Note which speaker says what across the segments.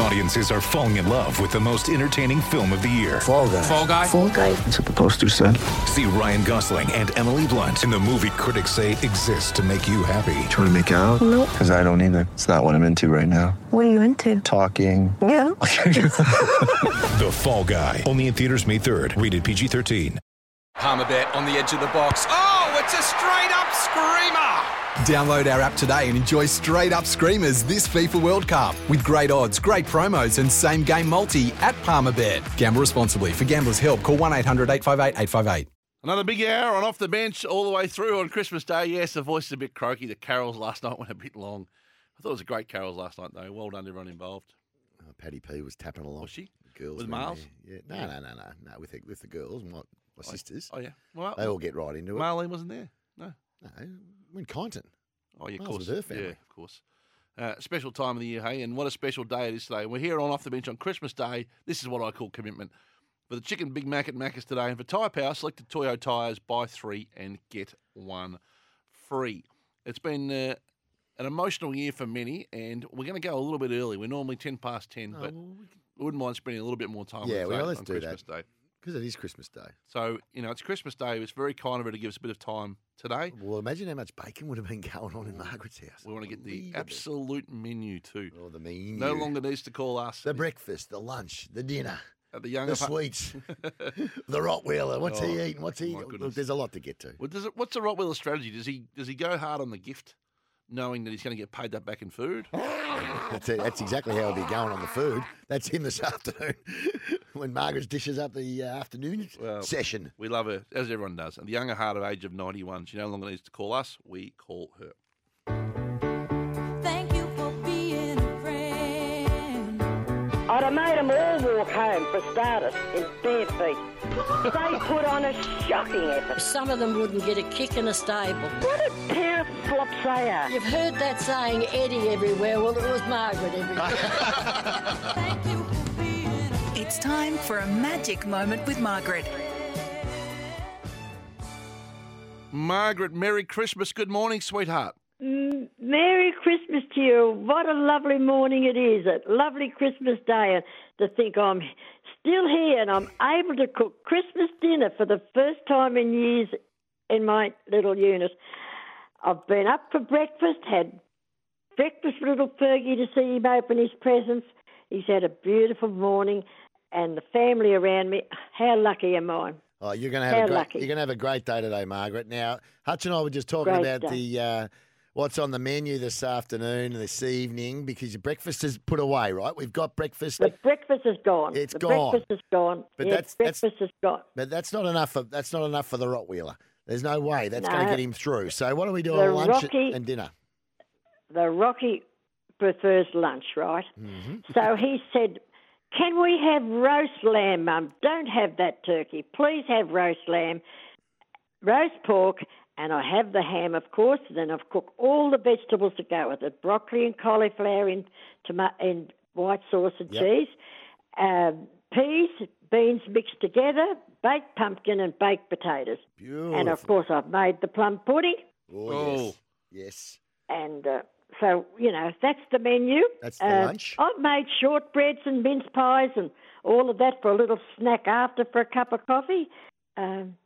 Speaker 1: Audiences are falling in love with the most entertaining film of the year.
Speaker 2: Fall guy.
Speaker 3: Fall guy.
Speaker 4: Fall guy.
Speaker 2: That's what the poster said.
Speaker 1: See Ryan Gosling and Emily Blunt in the movie critics say exists to make you happy.
Speaker 2: Trying to make it out?
Speaker 4: Nope.
Speaker 2: Because I don't either. It's not what I'm into right now.
Speaker 4: What are you into?
Speaker 2: Talking.
Speaker 4: Yeah.
Speaker 1: The Fall Guy. Only in theaters May 3rd. Rated PG-13.
Speaker 3: Palmerbet on the edge of the box. Oh, it's a straight up screamer! Download our app today and enjoy straight up screamers this FIFA World Cup with great odds, great promos, and same game multi at Palmerbet. Gamble responsibly. For gamblers' help, call 1 800 858 858.
Speaker 5: Another big hour on off the bench all the way through on Christmas Day. Yes, the voice is a bit croaky. The carols last night went a bit long. I thought it was a great carols last night though. Well done to everyone involved.
Speaker 6: Oh, Patty P was tapping along.
Speaker 5: Was she?
Speaker 6: Girls
Speaker 5: With
Speaker 6: were in
Speaker 5: Miles?
Speaker 6: there. Yeah. No, no, no, no, no. With the, with the girls, my, my sisters.
Speaker 5: Oh yeah. Well,
Speaker 6: They all get right into it.
Speaker 5: Marlene wasn't there. No.
Speaker 6: No, when Content.
Speaker 5: Oh, yeah, of
Speaker 6: Miles
Speaker 5: course.
Speaker 6: was her family.
Speaker 5: Yeah, of course. Uh, special time of the year, hey, and what a special day it is today. We're here on Off the Bench on Christmas Day. This is what I call commitment. For the chicken Big Mac at Macca's today, and for Tyre Power, selected Toyo tyres, buy three and get one free. It's been uh, an emotional year for many, and we're going to go a little bit early. We're normally 10 past 10,
Speaker 6: Oh,
Speaker 5: but we wouldn't mind spending a little bit more time
Speaker 6: Yeah,
Speaker 5: with
Speaker 6: well,
Speaker 5: Zane
Speaker 6: let's
Speaker 5: on
Speaker 6: do that.
Speaker 5: Christmas Day.
Speaker 6: Because it is Christmas Day.
Speaker 5: So, you know, it's Christmas Day. It's very kind of her to give us a bit of time today.
Speaker 6: Well, imagine how much bacon would have been going on in Margaret's house.
Speaker 5: We want to get the
Speaker 6: Unbelievable.
Speaker 5: absolute menu too.
Speaker 6: Oh, the menu.
Speaker 5: No longer needs to call us
Speaker 6: The breakfast, the lunch, the dinner,
Speaker 5: at the younger
Speaker 6: the
Speaker 5: pa-
Speaker 6: sweets, the Rottweiler. What's he
Speaker 5: Oh,
Speaker 6: eating? What's he
Speaker 5: my
Speaker 6: eating? Look,
Speaker 5: goodness.
Speaker 6: there's a lot to get to.
Speaker 5: Well, does it, what's the Rottweiler strategy? Does he does he go hard on the gift, knowing that he's going to get paid that back in food?
Speaker 6: That's, it. That's exactly how it'll be going on the food. That's him this afternoon when Margaret's dishes up the uh, afternoon
Speaker 5: Well,
Speaker 6: session.
Speaker 5: We love her as everyone does. And the younger heart of age of ninety one, she no longer needs to call us. We call her.
Speaker 7: Thank you for being a friend.
Speaker 8: I'd have made 'em all walk home for starters in bare feet. They put on a shocking effort.
Speaker 9: Some of them wouldn't get a kick in a stable.
Speaker 8: What a pair of flops they are.
Speaker 9: You've heard that saying, Eddie everywhere. Well, it was Margaret everywhere.
Speaker 7: Thank you for being a
Speaker 10: It's time for a magic moment with Margaret.
Speaker 5: Margaret, Merry Christmas. Good morning, sweetheart.
Speaker 8: Merry Christmas to you. What a lovely morning it is. A lovely Christmas day. And to think I'm still here and I'm able to cook Christmas dinner for the first time in years in my little unit. I've been up for breakfast, had breakfast for little Fergie to see him open his presents. He's had a beautiful morning and the family around me. How lucky am I?
Speaker 6: Oh, you're gonna have
Speaker 8: They're
Speaker 6: a great,
Speaker 8: lucky.
Speaker 6: you're gonna have a great day today, Margaret. Now, Hutch and I were just talking
Speaker 8: Great
Speaker 6: about
Speaker 8: day.
Speaker 6: the uh, what's on the menu this afternoon, this evening, because your breakfast is put away, right? We've got breakfast,
Speaker 8: The breakfast is gone.
Speaker 6: It's
Speaker 8: the
Speaker 6: gone.
Speaker 8: breakfast is gone.
Speaker 6: But
Speaker 8: Yeah,
Speaker 6: that's- that's-
Speaker 8: breakfast is gone.
Speaker 6: but that's not enough. For, that's not enough for the Rottweiler. There's no way that's going
Speaker 8: No.
Speaker 6: to get him through. So, what do we do
Speaker 8: The
Speaker 6: on lunch
Speaker 8: Rocky-
Speaker 6: and dinner?
Speaker 8: the Rocky prefers lunch, right?
Speaker 6: Mm-hmm.
Speaker 8: So he said, Can we have roast lamb, Mum? Don't have that turkey. Please have roast lamb, roast pork, and I have the ham, of course. Then I've cooked all the vegetables to go with it broccoli and cauliflower in, toma- in white sauce and
Speaker 6: Yep.
Speaker 8: cheese, um, peas, beans mixed together, baked pumpkin, and baked potatoes.
Speaker 6: Beautiful.
Speaker 8: And of course, I've made the plum pudding.
Speaker 6: Oh,
Speaker 5: Oh.
Speaker 6: yes, yes.
Speaker 8: And uh, so, you know, that's the menu.
Speaker 6: That's the
Speaker 8: Uh,
Speaker 6: lunch.
Speaker 8: I've made shortbreads and mince pies and all of that for a little snack after for a cup of coffee. Um,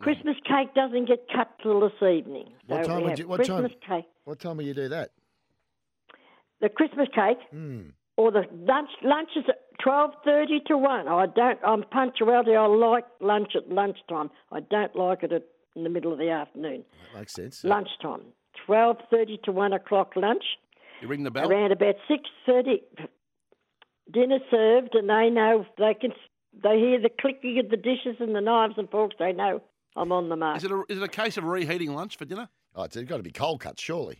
Speaker 8: Christmas cake doesn't get cut till this evening.
Speaker 6: What
Speaker 8: so
Speaker 6: time
Speaker 8: we
Speaker 6: would
Speaker 8: have
Speaker 6: you- what time-
Speaker 8: Christmas cake.
Speaker 6: What time will you do that?
Speaker 8: The Christmas cake
Speaker 6: Hmm.
Speaker 8: or the lunch lunch is at twelve thirty to one. I don't I'm punctuality, I like lunch at lunchtime. I don't like it at, in the middle of the afternoon.
Speaker 6: That makes sense.
Speaker 8: Lunchtime. Twelve thirty to one o'clock lunch.
Speaker 5: You ring the bell.
Speaker 8: around about six thirty. Dinner served, and they know they can. They hear the clicking of the dishes and the knives and forks. They know I'm on the mark.
Speaker 5: Is it a, is it a case of reheating lunch for dinner?
Speaker 6: Oh, it's got to be cold cut, surely.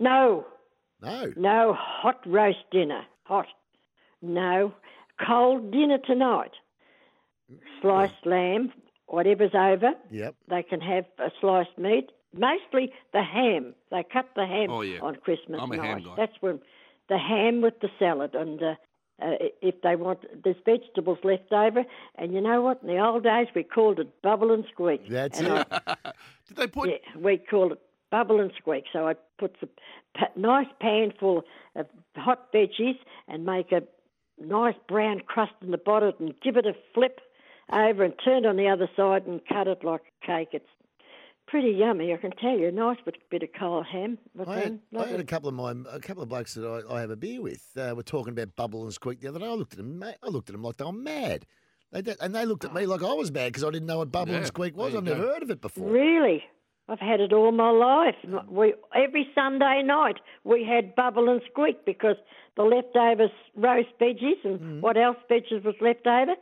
Speaker 8: no,
Speaker 6: No.
Speaker 8: no hot roast dinner. Hot. No, cold dinner tonight.
Speaker 5: Mm.
Speaker 8: Sliced lamb, whatever's over.
Speaker 6: Yep.
Speaker 8: They can have a sliced meat. Mostly the ham. They cut the ham
Speaker 5: Oh, yeah.
Speaker 8: on Christmas
Speaker 5: I'm a
Speaker 8: night.
Speaker 5: ham guy.
Speaker 8: That's when the ham with the salad and uh, uh, if they want. There's vegetables left over, and you know what? In the old days, we called it bubble and squeak.
Speaker 6: That's
Speaker 8: and
Speaker 6: it.
Speaker 5: Did they put?
Speaker 8: Yeah, we call it bubble and squeak. So I put some pa- nice pan full of hot veggies and make a nice brown crust in the bottom and give it a flip over and turn it on the other side and cut it like a cake. It's pretty yummy, I can tell you. Nice with a bit of cold ham. with
Speaker 6: I had,
Speaker 8: them.
Speaker 6: I had
Speaker 8: Lovely.
Speaker 6: a couple of my a couple of blokes that I, I have a beer with. Uh, were talking about bubble and squeak the other day. I looked at them. ma- I looked at them like they were mad. They did, and they looked at
Speaker 8: Oh.
Speaker 6: me like I was mad because I didn't know what bubble
Speaker 5: Yeah,
Speaker 6: and squeak was.
Speaker 5: there
Speaker 6: I've
Speaker 5: you
Speaker 6: never
Speaker 5: go.
Speaker 6: heard of it before.
Speaker 8: Really? I've had it all my life. M- We every Sunday night we had bubble and squeak because the leftovers roast veggies and what else veggies was left over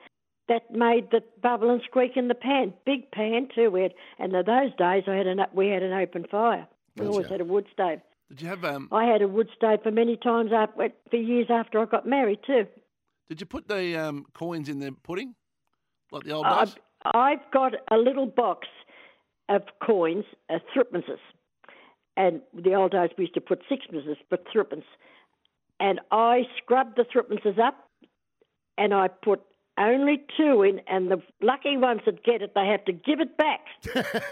Speaker 8: that made the bubble and squeak in the pan, big pan too. We had, and in those days I had an o- we had an open fire. We always
Speaker 6: Gotcha.
Speaker 8: had a wood stove.
Speaker 5: Did you have? Um,
Speaker 8: I had a wood stove for many times up for years after I got married too.
Speaker 5: did you put the um, coins in the pudding, like the old
Speaker 8: Uh, I've,
Speaker 5: days?
Speaker 8: I've got a little box of coins, uh, threepences. And the old days we used to put sixpences, but threepence. And I scrubbed the threepences up and I put only two in. And the lucky ones that get it, they have to give it back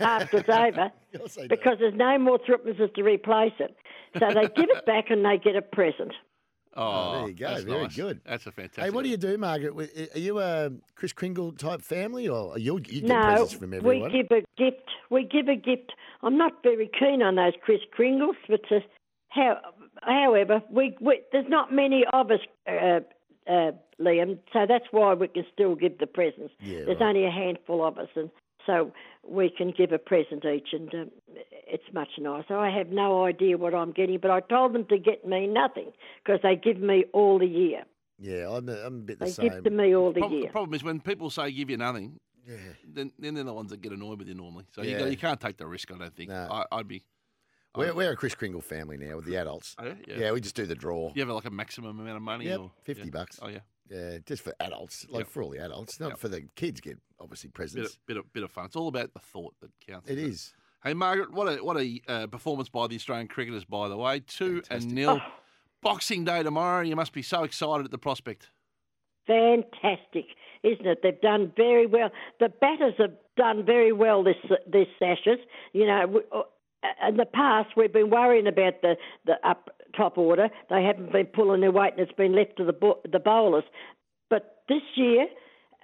Speaker 8: after it's over
Speaker 6: Yes, they do.
Speaker 8: because there's no more threepences to replace it. So they give it back and they get a present.
Speaker 5: Oh,
Speaker 6: there you go.
Speaker 5: that's
Speaker 6: Very
Speaker 5: nice.
Speaker 6: good.
Speaker 5: That's a fantastic.
Speaker 6: Hey, what do you do, Margaret? Wi- Are you a Chris Kringle type family, or are you, you get
Speaker 8: No,
Speaker 6: presents from
Speaker 8: we
Speaker 6: everyone?
Speaker 8: give a gift. We give a gift. I'm not very keen on those Kris Kringles, but uh, how, however, we, we there's not many of us, uh, uh, Liam, so that's why we can still give the presents.
Speaker 6: Yeah,
Speaker 8: there's
Speaker 6: right.
Speaker 8: only a handful of us, and so we can give a present each, and um, it's much nicer. I have no idea what I'm getting, but I told them to get me nothing because they give me all the year.
Speaker 6: yeah, I'm a, I'm a bit the
Speaker 8: They
Speaker 6: same.
Speaker 8: give to me all the
Speaker 5: Prob- The
Speaker 8: year.
Speaker 5: problem is when people say give you nothing,
Speaker 6: Yeah.
Speaker 5: then, then they're the ones that get annoyed with you normally. So you,
Speaker 6: Yeah.
Speaker 5: go, you can't take the risk. I don't think.
Speaker 6: No.
Speaker 5: I, I'd be.
Speaker 6: We're, we're a Chris Kringle family now with the adults.
Speaker 5: Oh, yeah?
Speaker 6: yeah.
Speaker 5: Yeah.
Speaker 6: we just do the draw.
Speaker 5: You have like a maximum amount of money.
Speaker 6: Yep,
Speaker 5: or
Speaker 6: 50
Speaker 5: yeah.
Speaker 6: bucks.
Speaker 5: Oh yeah,
Speaker 6: Yeah, just for adults, like
Speaker 5: Yep.
Speaker 6: for all the adults, not
Speaker 5: Yep.
Speaker 6: for the kids. Get obviously
Speaker 5: bit of,
Speaker 6: presents.
Speaker 5: bit of bit of fun. It's all about the thought that counts.
Speaker 6: It
Speaker 5: isn't
Speaker 6: is.
Speaker 5: Hey Margaret, what a what a uh, performance by the Australian cricketers, by the way. Two and nil.
Speaker 8: Oh.
Speaker 5: Boxing Day tomorrow. You must be so excited at the prospect.
Speaker 8: Fantastic, isn't it? They've done very well. The batters have done very well this this Ashes. You know, we- uh, in the past we've been worrying about the the up top order. They haven't been pulling their weight, and it's been left to the bo- the bowlers. But this year,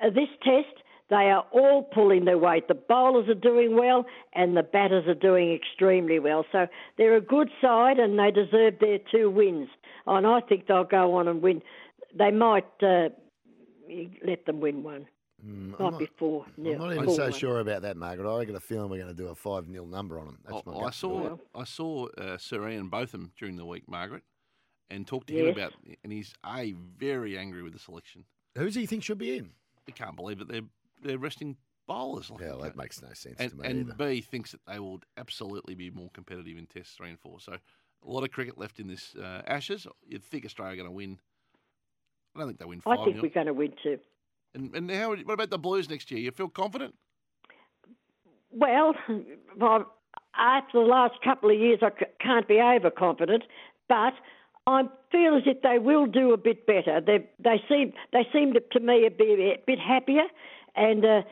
Speaker 8: uh, this test, they are all pulling their weight. The bowlers are doing well, and the batters are doing extremely well. So they're a good side, and they deserve their two wins. And I think they'll go on and win. They might uh, let them win one,
Speaker 6: Mm,
Speaker 8: not
Speaker 6: I'm, not,
Speaker 8: before. No,
Speaker 6: I'm not even
Speaker 8: four
Speaker 6: so
Speaker 8: one.
Speaker 6: sure about that, Margaret. I got a feeling we're going to do a 5 0 number on them. That's
Speaker 5: I,
Speaker 6: my
Speaker 5: Oh, I
Speaker 6: gut
Speaker 5: saw
Speaker 6: feeling.
Speaker 5: I saw uh, Sir Ian Botham during the week, Margaret, and talked to him
Speaker 8: Yes.
Speaker 5: about, and he's a very angry with the selection.
Speaker 6: Who's he think should be in?
Speaker 5: He can't believe that they're they're resting bowlers. Like
Speaker 6: Yeah,
Speaker 5: that.
Speaker 6: that makes no sense
Speaker 5: Oh, and,
Speaker 6: to me either.
Speaker 5: and B thinks that they will absolutely be more competitive in Tests three and four. So a lot of cricket left in this uh, Ashes. You'd think Australia are going to win. I don't think they win five.
Speaker 8: I think
Speaker 5: nil.
Speaker 8: we're going to win two.
Speaker 5: And, and how? What about the Blues next year? You feel confident?
Speaker 8: Well, well, after the last couple of years, I c- can't be overconfident, but I feel as if they will do a bit better. They they seem they seem to, to me a bit, a bit happier, and uh,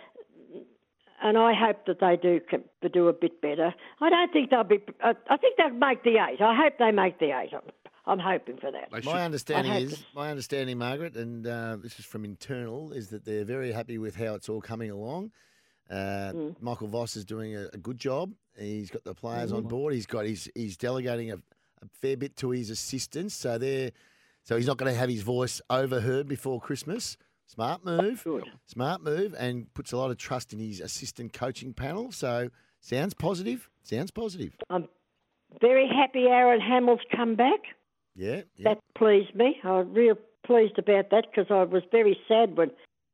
Speaker 8: and I hope that they do com- do a bit better. I don't think they'll be. I, I think they'll make the eight. I hope they make the eight. I'm, I'm hoping for that.
Speaker 5: They should.
Speaker 6: My understanding
Speaker 8: I hope
Speaker 6: is,
Speaker 8: it's-
Speaker 6: my understanding, Margaret, and uh, this is from internal, is that they're very happy with how it's all coming along. Uh, Michael Voss is doing a, a good job. He's got the players on board. He's got he's he's delegating a, a fair bit to his assistants, so they're so he's not going to have his voice overheard before Christmas. Smart move,
Speaker 8: Good.
Speaker 6: smart move, and puts a lot of trust in his assistant coaching panel. So sounds positive. Sounds positive.
Speaker 8: I'm very happy Aaron Hamill's come back.
Speaker 6: Yeah, yeah.
Speaker 8: That pleased me. I was real pleased about that because I was very sad when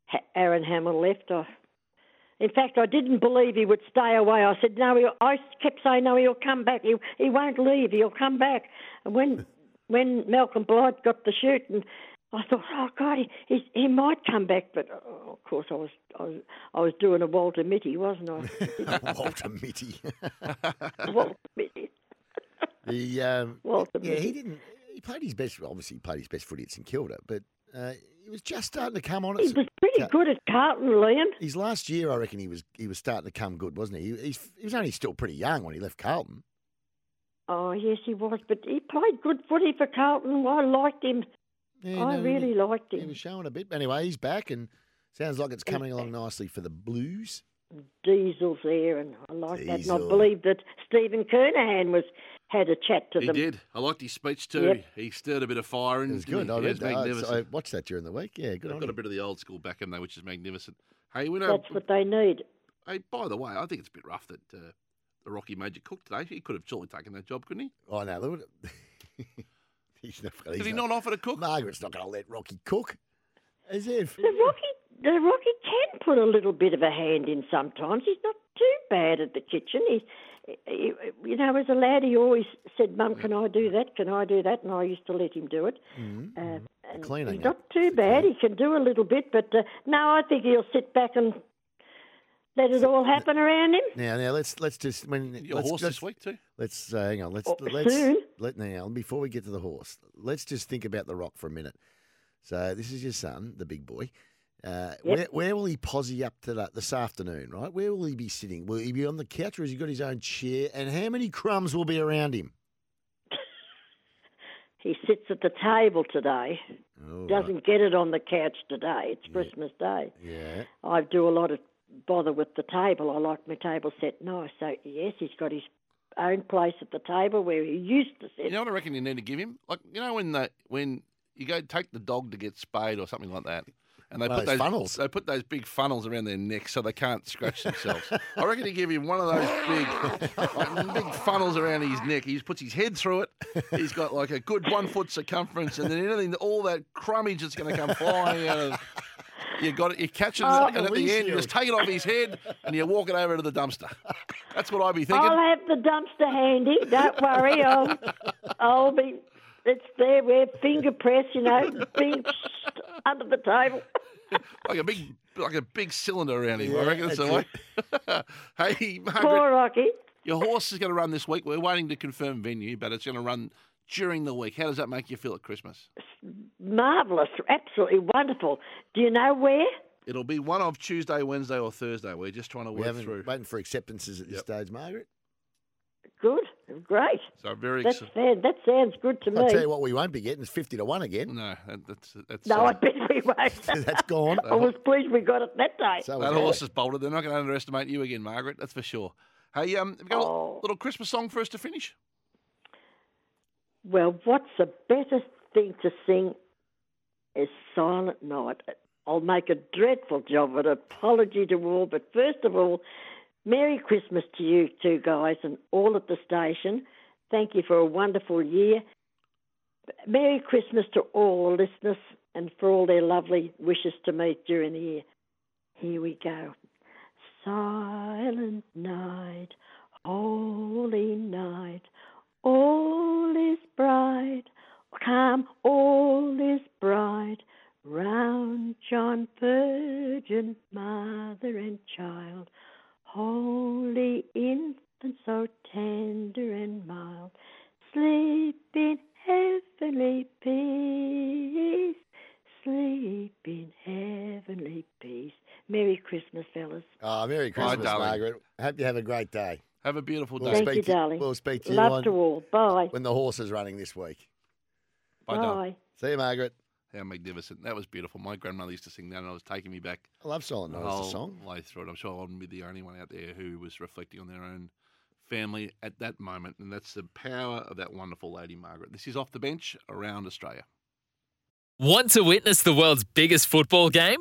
Speaker 8: ha- Aaron Hamill left. I, in fact, I didn't believe he would stay away. I said, "No, he, I kept saying, no, he'll come back. He he won't leave. He'll come back." And when when Malcolm Blight got the shoot, and I thought, "Oh God, he he, he might come back." But oh, of course, I was I was I was doing a Walter Mitty, wasn't I?
Speaker 6: Walter Mitty.
Speaker 8: Walter Mitty.
Speaker 6: The um,
Speaker 8: Walter
Speaker 6: yeah, he
Speaker 8: Mitty.
Speaker 6: didn't. He played his best. Obviously, he played his best footy at St Kilda, but Uh, he was just starting to come on. at
Speaker 8: He
Speaker 6: s-
Speaker 8: was pretty
Speaker 6: Ca-
Speaker 8: good at Carlton, Liam.
Speaker 6: His last year, I reckon he was he was starting to come good, wasn't he? he? He's, he was only still pretty young when he left Carlton.
Speaker 8: Oh, yes, he was, but he played good footy for Carlton. I liked him.
Speaker 6: Yeah,
Speaker 8: I
Speaker 6: no, he-
Speaker 8: really liked
Speaker 6: He
Speaker 8: him.
Speaker 6: was showing a bit. But anyway, he's back and sounds like it's coming along nicely for the Blues.
Speaker 8: Diesel's there, and I liked that. And
Speaker 6: Diesel.
Speaker 8: I believe that Stephen Kernahan was had a chat to
Speaker 5: He
Speaker 8: them.
Speaker 5: did. I liked his speech too.
Speaker 8: Yep.
Speaker 5: He stirred a bit of fire in.
Speaker 6: It was good.
Speaker 5: He,
Speaker 6: I,
Speaker 5: he
Speaker 6: read
Speaker 5: was
Speaker 6: that. I-
Speaker 5: magnificent.
Speaker 6: I watched that during the week. Yeah, good
Speaker 5: They've
Speaker 6: on
Speaker 5: got a
Speaker 6: him.
Speaker 5: bit of the old school back in there, which is magnificent. Hey, we know.
Speaker 8: That's what they need.
Speaker 5: Hey, by the way, I think it's a bit rough that uh, the Rocky Major cooked today. He could have surely taken that job, couldn't he?
Speaker 6: Oh no, look at he's not. he's
Speaker 5: Did he not offer to cook?
Speaker 6: Margaret's not going to let Rocky cook. As if.
Speaker 8: The Rocky, the Rocky can put a little bit of a hand in sometimes. He's not too bad at the kitchen. He's, he, you know, as a lad, he always said, "Mum, can I do that? Can I do that?" And I used to let him do it.
Speaker 6: Mhm.
Speaker 8: Uh, and
Speaker 6: cleaning
Speaker 8: he's
Speaker 6: it.
Speaker 8: not too bad. He can do a little bit, but uh, no, I think he'll sit back and let it all happen around him.
Speaker 6: Now, now let's let's just when
Speaker 5: Your
Speaker 6: let's,
Speaker 5: horse
Speaker 6: let's,
Speaker 5: this week too.
Speaker 6: Let's uh, hang on. Let's
Speaker 8: Oh,
Speaker 6: let's
Speaker 8: soon.
Speaker 6: let now before we get to the horse. Let's just think about the rock for a minute. So this is your son, the big boy. Uh, Where where will he posy up to that this afternoon? Right? Where will he be sitting? Will he be on the couch or has he got his own chair? And how many crumbs will be around him?
Speaker 8: He sits at the table today.
Speaker 6: Oh,
Speaker 8: Doesn't get it on the couch today. It's Christmas Day.
Speaker 6: yeah.
Speaker 8: I do a lot of bother with the table. I like my table set nice. So yes, he's got his own place at the table where he used to sit.
Speaker 5: You know what I reckon you need to give him? Like you know when the when you go take the dog to get spayed or something like that, and they
Speaker 6: One
Speaker 5: put
Speaker 6: of
Speaker 5: those
Speaker 6: those funnels.
Speaker 5: They put those big funnels around their necks so they can't scratch themselves. I reckon you give him one of those big like, big funnels around his neck. He just puts his head through it. He's got like a good one foot circumference, and then anything all that crummage that's going to come flying out of. You got it. You catch it,
Speaker 8: Oh.
Speaker 5: and at the end, you just take it off his head, and you walk it over to the dumpster. That's what I'd be thinking.
Speaker 8: I'll have the dumpster handy. Don't worry. I'll, I'll be. It's there. Where finger press, you know, being under the table.
Speaker 5: like a big like a big cylinder around him. I reckon that's the way. hey, Margaret,
Speaker 8: Poor Rocky.
Speaker 5: your horse is going to run this week. We're waiting to confirm venue, but it's going to run during the week. How does that make you feel at Christmas?
Speaker 8: Marvellous. Absolutely wonderful. Do you know where?
Speaker 5: It'll be one of Tuesday, Wednesday, or Thursday. We're just trying to
Speaker 6: We
Speaker 5: work
Speaker 6: haven't
Speaker 5: through.
Speaker 6: waiting for acceptances at this
Speaker 5: Yep.
Speaker 6: stage, Margaret.
Speaker 8: Good. Great.
Speaker 5: So very
Speaker 8: That's
Speaker 5: exci-
Speaker 8: fair. That sounds good to
Speaker 6: I'll tell
Speaker 8: me.
Speaker 6: you what we won't be getting is fifty to one again.
Speaker 5: no, that, that's that's
Speaker 8: No, I
Speaker 5: uh,
Speaker 8: bet we won't.
Speaker 6: That's gone.
Speaker 8: I was pleased we got it that day.
Speaker 6: So
Speaker 5: that
Speaker 6: was
Speaker 5: horse is bolted. They're not going to underestimate you again, Margaret. That's for sure. Hey, um, have you got a
Speaker 8: Oh.
Speaker 5: little Christmas song for us to finish?
Speaker 8: Well, what's a better thing to sing is Silent Night. I'll make a dreadful job, an apology to all, but first of all, Merry Christmas to you two guys and all at the station. Thank you for a wonderful year. Merry Christmas to all the listeners and for all their lovely wishes to me during the year. Here we go. Silent night, holy night, all is bright. Come, all is bright. Round John Virgin, mother and child, holy infant, so tender and mild, sleep in heavenly peace, sleep in heavenly peace. Merry Christmas, fellas.
Speaker 6: Ah, Merry Christmas,
Speaker 5: darling.
Speaker 6: Margaret. Hope you have a great day.
Speaker 5: Have a beautiful day.
Speaker 6: We'll
Speaker 8: Thank
Speaker 6: speak
Speaker 8: you,
Speaker 6: to-
Speaker 8: darling.
Speaker 6: We'll speak to you
Speaker 8: Love
Speaker 6: on,
Speaker 8: to all. Bye.
Speaker 6: when the horse is running this week.
Speaker 5: Bye,
Speaker 8: Bye.
Speaker 5: darling.
Speaker 6: See you, Margaret.
Speaker 5: How magnificent. That was beautiful. My grandmother used to sing that, and I was taking me back
Speaker 6: I love Silent Night.
Speaker 5: whole
Speaker 6: It's a song.
Speaker 5: way through it. I'm sure I wouldn't be the only one out there who was reflecting on their own family at that moment. And that's the power of that wonderful lady, Margaret. This is Off the Bench around Australia.
Speaker 4: Want to witness the world's biggest football game?